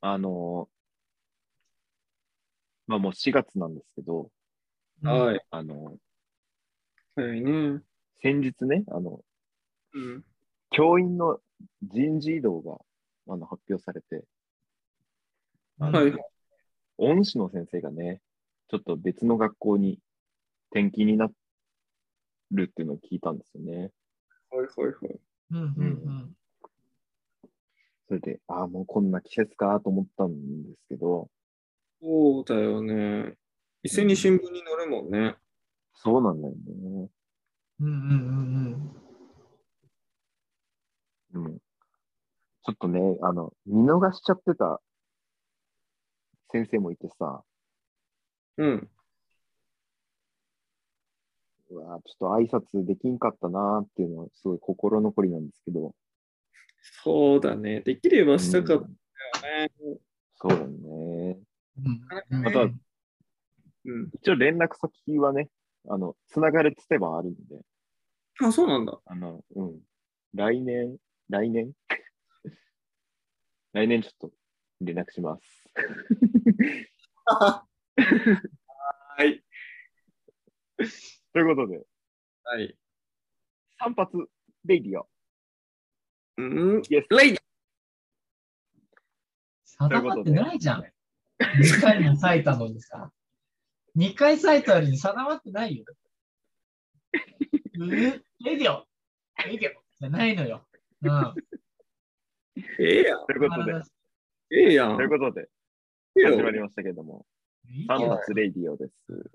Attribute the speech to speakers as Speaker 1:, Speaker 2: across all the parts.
Speaker 1: あの、まあもう4月なんですけど、
Speaker 2: はい。
Speaker 1: あの、
Speaker 2: 早いね。
Speaker 1: 先日ね、あの、
Speaker 2: うん。
Speaker 1: 教員の人事異動があの発表されて、あの
Speaker 2: はい。
Speaker 1: 恩師の先生がね、ちょっと別の学校に転勤になるっていうのを聞いたんですよね。
Speaker 2: はいはいはい。
Speaker 3: うんうんうん
Speaker 1: それで、ああ、もうこんな季節かと思ったんですけど、
Speaker 2: そうだよね。伊勢に新聞に載るもんね。
Speaker 1: そうなんだよね。
Speaker 3: うんうんうん
Speaker 1: うん。ちょっとね、あの、見逃しちゃってた先生もいてさ、
Speaker 2: うん。
Speaker 1: うわーちょっと挨拶できんかったなーっていうのは、すごい心残りなんですけど。
Speaker 2: そうだね。できればしたかっ
Speaker 1: うん
Speaker 2: たよね。
Speaker 1: そうだね。
Speaker 3: うん
Speaker 2: な
Speaker 3: うん。
Speaker 2: か
Speaker 1: ま
Speaker 2: なか
Speaker 1: た
Speaker 2: ね、うん。
Speaker 1: 一応連絡先はね、あの、つながれてればあるんで、
Speaker 2: あ、そうなんだ。
Speaker 1: あの、うん。来年、来年 来年ちょっと連絡します。
Speaker 2: はい。
Speaker 1: ということで、
Speaker 2: はい。
Speaker 1: 散髪レイディオ。
Speaker 2: うん。
Speaker 1: イエス
Speaker 2: レイ
Speaker 3: 定まってないじゃん。2回も咲いたのにさ。2回咲いたのに定まってないよ。うんレディオレディオじゃないのよ。うん。
Speaker 2: ええやん。
Speaker 1: ということで、
Speaker 2: ええやん。
Speaker 1: ということで、
Speaker 2: ええよ
Speaker 1: 始まりましたけれども、
Speaker 3: いいけ
Speaker 1: 散
Speaker 3: ど
Speaker 1: 髪レイディオです。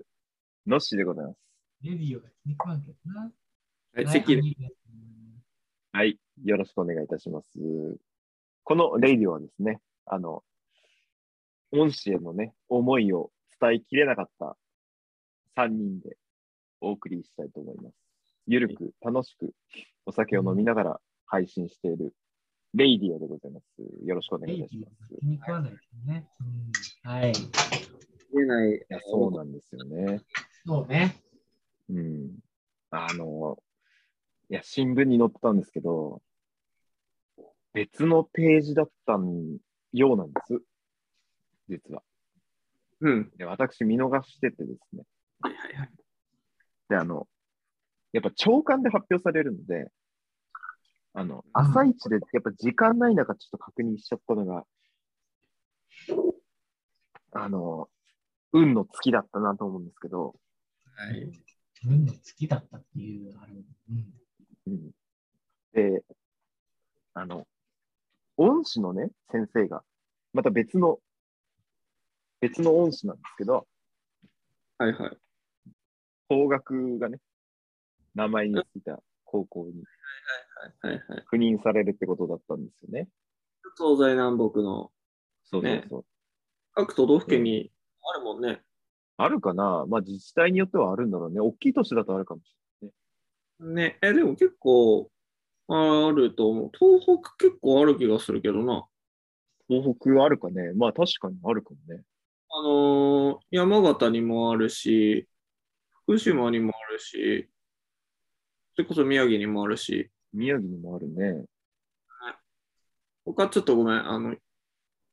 Speaker 1: のっしーでございます。
Speaker 3: レディオが気に食わんけどな。
Speaker 2: はい、
Speaker 3: はい
Speaker 2: 席で。
Speaker 1: はい、よろしくお願いいたします。このレイディオはですね、あの、恩師へのね、思いを伝えきれなかった3人でお送りしたいと思います。ゆるく楽しくお酒を飲みながら配信しているレイディオでございます。よろしくお願
Speaker 3: レ
Speaker 1: いい
Speaker 3: ディ
Speaker 1: たし
Speaker 3: オ
Speaker 1: ま
Speaker 3: が
Speaker 1: す。
Speaker 3: 気に食わないけどね。うん。はい。
Speaker 2: 見えない
Speaker 1: いやそうなんですよね。
Speaker 3: そうね。
Speaker 1: うん。あの、いや、新聞に載ってたんですけど、別のページだったんようなんです。実は。
Speaker 2: うん。
Speaker 1: で、私見逃しててですね。
Speaker 2: はいはいはい。
Speaker 1: で、あの、やっぱ朝刊で発表されるので、あの、
Speaker 3: うん
Speaker 1: 朝一でやっぱ時間ない中ちょっと確認しちゃったのが、あの、運の月だったなと思うんですけど、
Speaker 2: はい。
Speaker 3: 運の月だったっていう、あれ。うん。
Speaker 1: うんで、あの、恩師のね、先生が、また別の、別の恩師なんですけど、
Speaker 2: はいはい。
Speaker 1: 方角がね、名前についた高校に
Speaker 2: はいはい。
Speaker 1: 赴任されるってことだったんですよね。
Speaker 2: 東西南北の
Speaker 1: そうそう
Speaker 2: ね
Speaker 1: そう。
Speaker 2: 各都道府県にあるもんね。
Speaker 1: あるかなまあ自治体によってはあるんだろうね。大きい都市だとあるかもし
Speaker 2: ね。え、でも結構あると思う。東北結構ある気がするけどな。
Speaker 1: れない。東北あるかねまあ確かにあるかもね。
Speaker 2: あのー山形にもあるし、福島にもあるし、それこそ宮城にもあるし、
Speaker 1: 宮城にもあるね。
Speaker 2: 他ちょっとごめん、あの、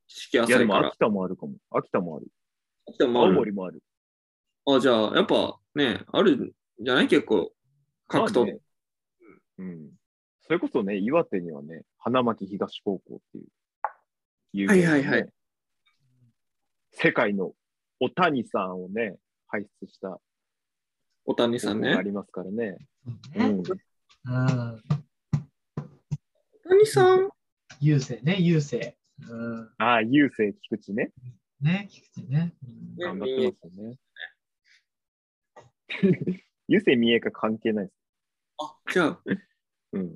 Speaker 2: 知識
Speaker 1: いや
Speaker 2: 浅
Speaker 1: で
Speaker 2: い
Speaker 1: も
Speaker 2: から
Speaker 1: 秋。田もあるかも。秋田もある。
Speaker 2: 秋田もあ
Speaker 1: 青
Speaker 2: る
Speaker 1: 森もある。
Speaker 2: あ、じゃあ、やっぱね、あるんじゃない結構、各都
Speaker 1: まあねうん。それこそね、岩手にはね、花巻東高校っていう有名なね、
Speaker 2: はいはいはい
Speaker 1: 世界のお谷さんをね、輩出した
Speaker 2: 小谷さ
Speaker 1: 高
Speaker 2: ん
Speaker 1: 校
Speaker 2: ね
Speaker 1: があ。りますからね。
Speaker 3: そう
Speaker 1: う
Speaker 3: ね。
Speaker 1: ん、
Speaker 3: うん。
Speaker 2: 小谷さん
Speaker 3: 優勢ね、優勢。うん。
Speaker 1: ああ、郵政菊池ね。
Speaker 3: ね、菊池ね。うん
Speaker 2: ね
Speaker 1: 頑張ってますよね。郵政民営化関係ないです。
Speaker 2: あ、じゃあ、
Speaker 1: うん。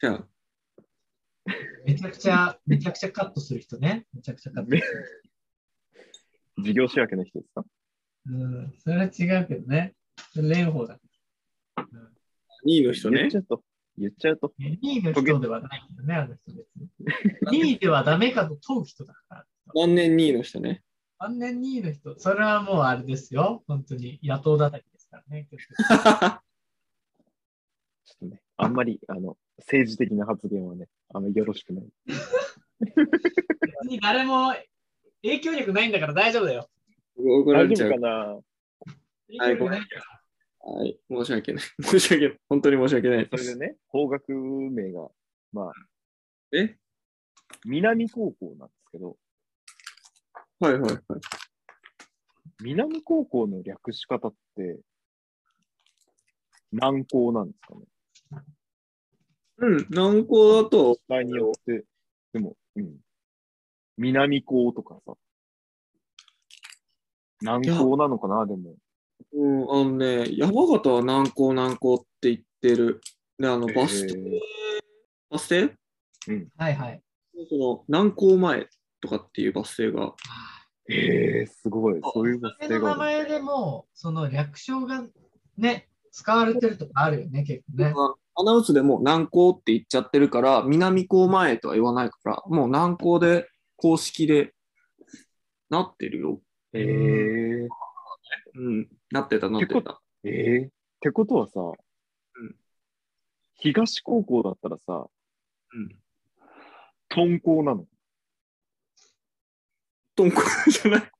Speaker 2: じゃあ、
Speaker 3: めちゃくちゃ、めちゃくちゃカットする人ね。めちゃくちゃカットする
Speaker 1: 事業仕分けの人ですか
Speaker 3: 人。うん、それは違うけどね。それ蓮舫だ。
Speaker 2: 2位の人
Speaker 1: 言
Speaker 2: ね
Speaker 1: っち。ゃうと。言っちゃうと。
Speaker 3: 2位の人ではないけどね、あの人別に。2位ではダメかと問う人だから。
Speaker 2: 万年2位の人ね。
Speaker 3: 万年2位の人、それはもうあれですよ。本当に野党叩きですからね。
Speaker 1: ちょっとね、あんまり、あの、政治的な発言はね、あんまりよろしくない。
Speaker 3: に誰も影響力ないんだから大丈夫だよ。
Speaker 2: 怒ら
Speaker 1: 大
Speaker 2: れち
Speaker 1: 丈
Speaker 2: ゃう
Speaker 1: 夫か。な
Speaker 3: 影響力ないから。
Speaker 2: はい、申し訳ない。申し訳ない。本当に申し訳ない
Speaker 1: それでね、方角名が、まあ、
Speaker 2: え
Speaker 1: 南高校なんですけど、
Speaker 2: はいはいはい。
Speaker 1: 南高校の略し方って、南高なんですかね。
Speaker 2: うん、南高だと、
Speaker 1: 場合によって、でも、うん。南高とかさ。南高なのかな、でも。
Speaker 2: うん、あのね、山形は南高南高って言ってる。で、あの、バス停、
Speaker 1: え
Speaker 2: バス停
Speaker 3: はいはい。
Speaker 2: その南高前とかっていうバス停が、
Speaker 1: ーえー、すごい。そういうバス
Speaker 3: 上
Speaker 1: 停
Speaker 3: の名
Speaker 1: がある。
Speaker 3: 前でも、その略称がね、使われてるとかあるよね、結構ね。
Speaker 2: アナウンスでも南高って言っちゃってるから、南高前とは言わないから、もう南高で公式でなってるよ。
Speaker 1: えー、
Speaker 2: うん、なってたなって
Speaker 1: って
Speaker 2: た。
Speaker 1: えー、ってことはさ、
Speaker 2: ん
Speaker 1: 東高校だったらさ、
Speaker 2: うん。
Speaker 1: 豚校なの。
Speaker 2: 豚高じゃない。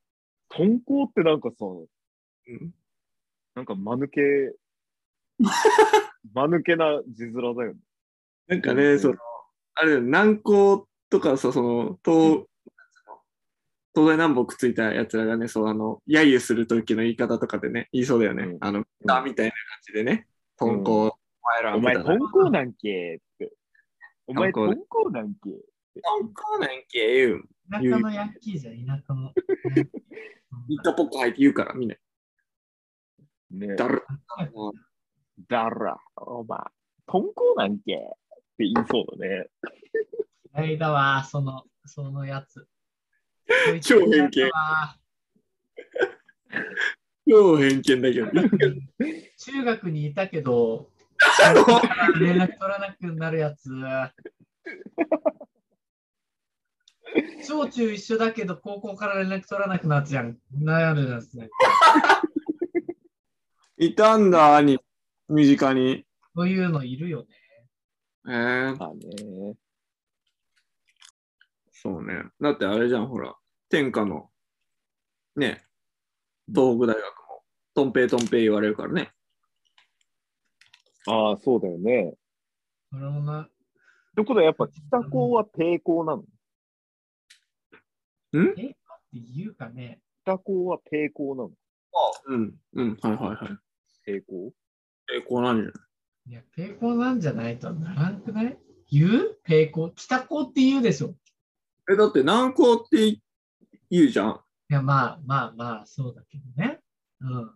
Speaker 1: 豚校ってなんかさ、
Speaker 2: うん、
Speaker 1: なんか間抜 け、間抜けな字面だよね。
Speaker 2: なんかね、その、あれだよ南高とかさ、その、
Speaker 1: う
Speaker 2: 東、東西南北ついたやつらがね、そう、あの、揶揄する時の言い方とかでね、言いそうだよね。
Speaker 1: うん
Speaker 2: あの、だみたいな感じでね、豚高、お前ら
Speaker 1: お前、
Speaker 2: みたいな
Speaker 1: 豚校なんけって。お前、
Speaker 2: 豚校
Speaker 1: 豚校なんけ
Speaker 2: 豚高なんけ言う。
Speaker 3: 田舎のヤンキーじゃん、田舎の。ね
Speaker 2: 一家ポッカ入って言うから、みんな。
Speaker 1: ね
Speaker 2: だる。
Speaker 1: だら、お前、豚校なんけって言いそうだね。
Speaker 3: 嫌いだわ、その、そのやつ。
Speaker 2: 超偏見
Speaker 3: 嫌いだわ
Speaker 2: 超偏見だけど。
Speaker 3: 中学にいたけど、連絡取らなくなるやつ。小中一緒だけど、高校から連絡取らなくなっちゃう。悩んでますね。
Speaker 2: いたんだ、兄。身近に。
Speaker 3: そういうのいるよね。
Speaker 2: えー、
Speaker 1: まあね。
Speaker 2: そうね。だってあれじゃん、ほら。天下の、ね、東北大学も、とんぺいとんぺい言われるからね。
Speaker 1: ああ、そうだよね。
Speaker 3: それもな。
Speaker 1: ってことは、やっぱ、北高は抵抗なの。
Speaker 3: えって言うかね。
Speaker 1: 北高は抵抗なの。
Speaker 2: うん、うん、はいはいはい。
Speaker 1: 抵抗
Speaker 2: え、こうなんじゃない
Speaker 3: いや、抵抗なんじゃないとならんくない言う抵抗。北高って言うでしょ。
Speaker 2: え、だって南高って言うじゃん。
Speaker 3: いや、まあまあまあ、そうだけどね。うん。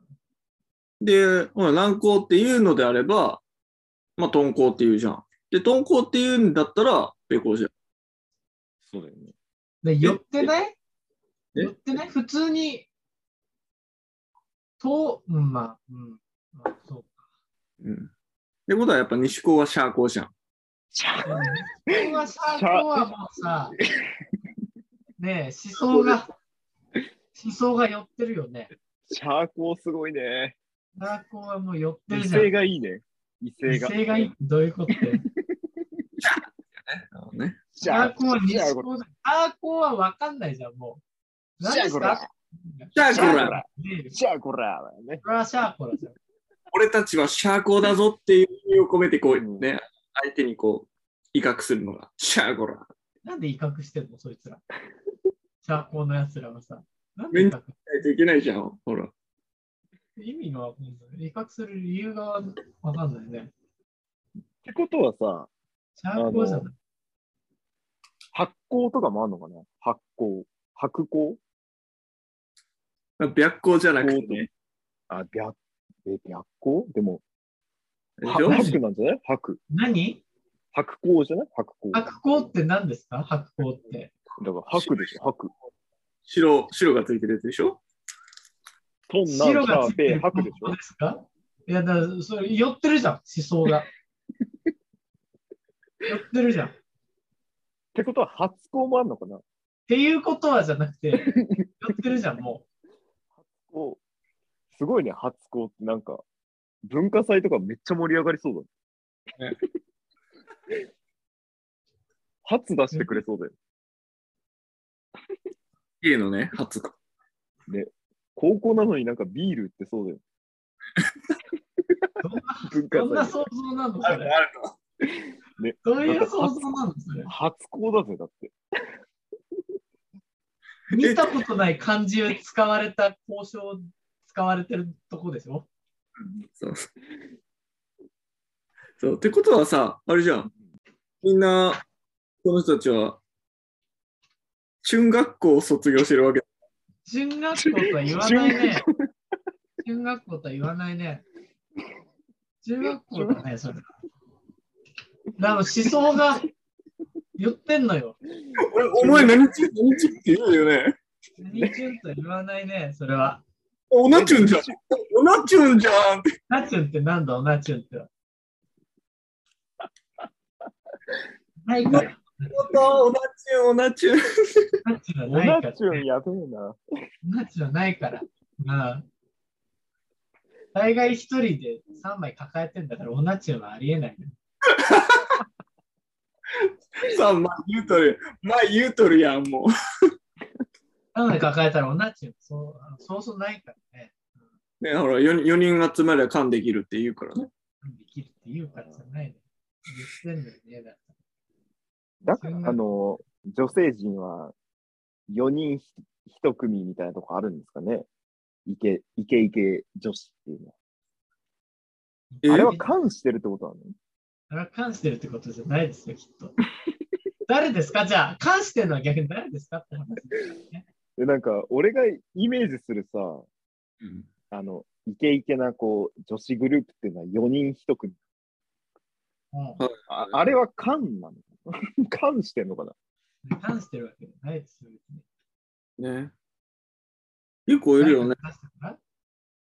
Speaker 2: で、ほら、南高っていうのであれば、まあ、豚高っていうじゃん。で、豚高っていうんだったら、ペコじゃん。
Speaker 1: そうだよね。
Speaker 3: で、寄ってない
Speaker 2: え
Speaker 3: 寄ってない普通に、と、うん、まあ、うん、まあ、そう。
Speaker 2: うん。ってことは、やっぱ西高はシャー高じゃん。
Speaker 3: ここはさ、今日はも うさ、ねえ、思想が、思想が寄ってるよね。
Speaker 1: シャーコーすごいね。
Speaker 3: ナーコはもう寄ってる
Speaker 1: 威
Speaker 3: じゃん。
Speaker 1: 勢がいいね。威勢が。
Speaker 3: 威勢がいい。どういうことって。
Speaker 2: ね。
Speaker 1: シ
Speaker 3: ナ
Speaker 1: ャ
Speaker 3: ー
Speaker 1: ー
Speaker 3: コ
Speaker 1: コ
Speaker 3: は
Speaker 1: ー、
Speaker 3: 西
Speaker 1: シャーコー、
Speaker 3: 高だ。ナーコはわかんないじゃん、もう。何です
Speaker 1: シャーコ
Speaker 3: か
Speaker 2: シャー
Speaker 1: シ
Speaker 2: コ
Speaker 1: ャーコ
Speaker 2: だ
Speaker 1: ラ
Speaker 3: ねえ、
Speaker 1: シャーコラーだよね。
Speaker 3: これはシャーコラじゃん。
Speaker 2: 俺たちはシャーコだぞっていう意味を込めて、こ
Speaker 1: うん
Speaker 2: う、ね、相手にこう、威嚇するのが、シャーコラ。
Speaker 3: なんで威嚇してんの、そいつら。シャーコのやつらはさ。なんで威嚇
Speaker 2: ないといけないじゃん、ほら。
Speaker 3: 意味がわかんない。威嚇する理由がわかんないね。
Speaker 1: ってことはさ、
Speaker 3: シャーコじゃない。
Speaker 1: 発酵とかもあるのかな発酵。白酵
Speaker 2: 白光じゃなくてね。
Speaker 1: あ、白、え、白酵でも、
Speaker 2: で
Speaker 1: は
Speaker 2: しょ
Speaker 3: 白
Speaker 1: 白なんじゃない白。
Speaker 3: 何
Speaker 1: 白酵じゃない白酵。だか
Speaker 3: 白光って何ですか白光って。
Speaker 1: ら白でしょ白。
Speaker 2: 白、白がついてるやつでしょ
Speaker 1: トンナンシ
Speaker 3: 白
Speaker 1: ャ
Speaker 3: が
Speaker 1: ー
Speaker 3: ついて
Speaker 1: ペー
Speaker 3: る
Speaker 1: 白でし
Speaker 3: 本
Speaker 1: ょ
Speaker 3: 当ですかいや、だからそれ寄ってるじゃん、思想が。寄ってるじゃん。っ
Speaker 1: ってことは発酵もあるのかな
Speaker 3: ていうことはじゃなくて、寄ってるじゃん、も
Speaker 1: こうすごいね、発酵ってなんか、文化祭とかめっちゃ盛り上がりそうだね。 発出してくれそうだよ。
Speaker 2: K のね、初が。
Speaker 1: 高校なのになんかビールってそうだよ。文
Speaker 3: どん
Speaker 1: 化
Speaker 3: な
Speaker 1: 祭。
Speaker 3: 想像なのそれ。
Speaker 2: あるの
Speaker 3: どういう想像なのそれ。
Speaker 1: 初校だぜ、だって。
Speaker 3: 見たことない漢字を使われた交渉使われてるとこでしょ
Speaker 2: そう。そう。ってことはさ、あれじゃん。みんな、この人たちは、中学校を卒業してるわけ。
Speaker 3: 中学校とは言わないね。中学校とは言わないね。中学校だね、それ。なの思想が言ってんのよ。
Speaker 2: 俺、お前何中何中って言うんだよね。
Speaker 3: 何チュンとは言わないね、それは。
Speaker 2: おなちゅんじゃん。おなちゅんじゃんって。
Speaker 3: ナチュンってなんだ、ナチュンって。ないか、
Speaker 2: おなちゅん、おなちゅん。
Speaker 3: ナチュン
Speaker 1: オ
Speaker 3: はない
Speaker 1: ナ
Speaker 3: から
Speaker 1: チ。ュンやべえな。
Speaker 3: ナチュンはないから。なあ。大概一人で3枚抱えてんだから、オナチュンはありえない。
Speaker 2: さあ、まあ言うとる。まあ言うとるやん、もう。
Speaker 3: 3枚抱えたらオナチュンそうあのそうそうないからね。
Speaker 2: ね、ほら4、四人集まれば缶できるって言うからね。
Speaker 3: できるって言うからじゃないの。言ってんのよね。だか
Speaker 1: だから、あの、女性陣は4人1組みたいなとこあるんですかね。イケイケイケ女子っていうのは。
Speaker 2: え
Speaker 3: ら
Speaker 1: あれは関してるってことなの
Speaker 3: あれは関してるってことじゃないですよ、きっと。誰ですかじゃあ、関してるのは逆に誰ですかって話ですよね。
Speaker 1: で、なんか、俺がイメージするさ、あの、イケイケな、こう、女子グループっていうのは4人1組。
Speaker 3: も
Speaker 1: ああれは関なの 関してんのかな
Speaker 3: う、関してるわけじゃないですよ。
Speaker 2: ね。結構いるよね。
Speaker 3: 誰か関してるか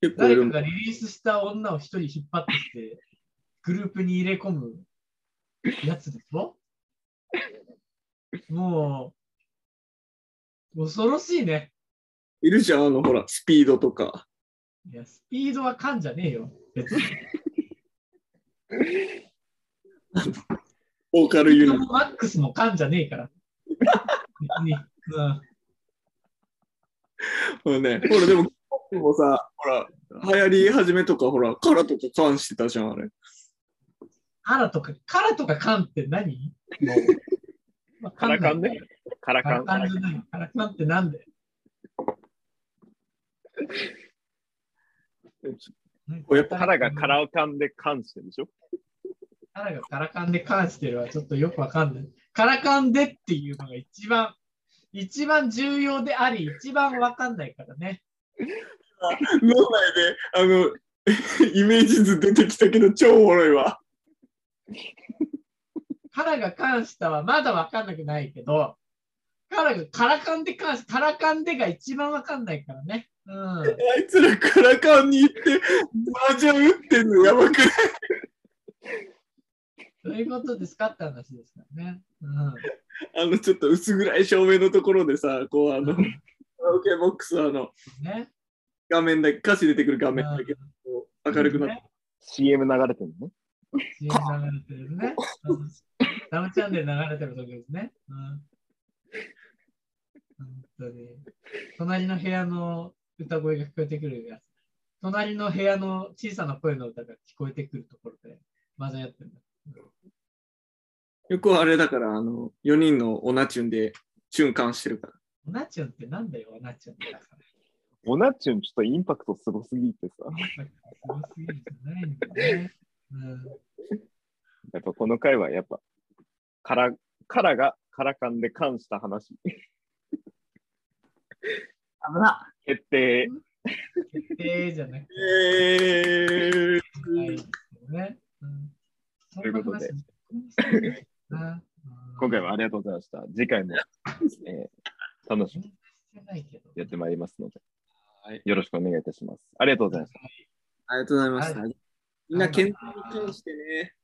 Speaker 2: 結構い
Speaker 3: 誰
Speaker 2: る
Speaker 3: か
Speaker 2: もん。
Speaker 3: がリリースした女を一人引っ張ってきて、グループに入れ込むやつでしょもう、恐ろしいね。
Speaker 2: いるじゃん、あの、ほら、スピードとか。
Speaker 3: いや、スピードは勘じゃねえよ。別に。
Speaker 2: ボーカルユニット。
Speaker 3: マックスも勘じゃねえから。別に。うん。
Speaker 2: ほらね、ほら、でも、K-POP もさ、ほら、流行り始めとか、ほら、カラとか缶してたじゃん、あれ。
Speaker 3: カラとか、カラとかカンって何もう。まあ
Speaker 1: カラカンね。。カラ
Speaker 3: カ
Speaker 1: カ
Speaker 3: ラ
Speaker 1: ン。
Speaker 3: カンじゃない。カラカンってなんで
Speaker 2: やっぱ
Speaker 1: カラがカ。ラカンで関してるでしょ
Speaker 3: カラがカラカンでカンしてるはちょっとよくわかんない。カラカンでっていうのが一番、一番重要であり、一番わかんないからね。
Speaker 2: 脳内で、あの、 イメージ図出てきたけど、超おもろいわ。
Speaker 3: カラが関したはまだわかんなくないけど、カラがカラカンで関し、カラカンでが一番わかんないからね。うん。
Speaker 2: あいつらカラカンに行って、麻雀打ってんのやばくない
Speaker 3: どういうことですかって話ですからね。う
Speaker 2: あの、ちょっと薄暗い照明のところでさ、こう、あの、
Speaker 3: ん。
Speaker 2: カラオケボックスあの、
Speaker 3: ね。
Speaker 2: 画面だけ、歌詞出てくる画面だけ、こう明るくなって、
Speaker 3: ね
Speaker 1: ?CM 流れてるのね。
Speaker 3: CM 流れてるね。うんダムチャンネル流れてる時ですね。うん。本当に。隣の部屋の歌声が聞こえてくるやつ。隣の部屋の小さな声の歌が聞こえてくるところで、マジやってるんだ。
Speaker 2: よくあれだから、あの、4人のオナチュンで、チュンカンしてるから。
Speaker 3: オナチュンってなんだよ、オナチュンってだから。
Speaker 1: オナチュンちょっとインパクトすごすぎてさ。
Speaker 3: すごすぎるんじゃないんだよね。うん。
Speaker 1: やっぱこの回はやっぱ、カラ、カラがカラカンで関した話。
Speaker 2: 危な
Speaker 1: 決定。
Speaker 3: 決定じゃなくて、
Speaker 2: えー、
Speaker 3: ないですよね。うん。そんな話
Speaker 1: という
Speaker 3: な
Speaker 1: 今回はありがとうございました。次回も、えー楽し
Speaker 3: 全
Speaker 1: く
Speaker 3: 然してないけど。
Speaker 1: やってまいりますので、
Speaker 2: はい
Speaker 1: よろしくお願いいたします。ありがとうございました。
Speaker 2: ありがとうございました。みんな健康に関してね、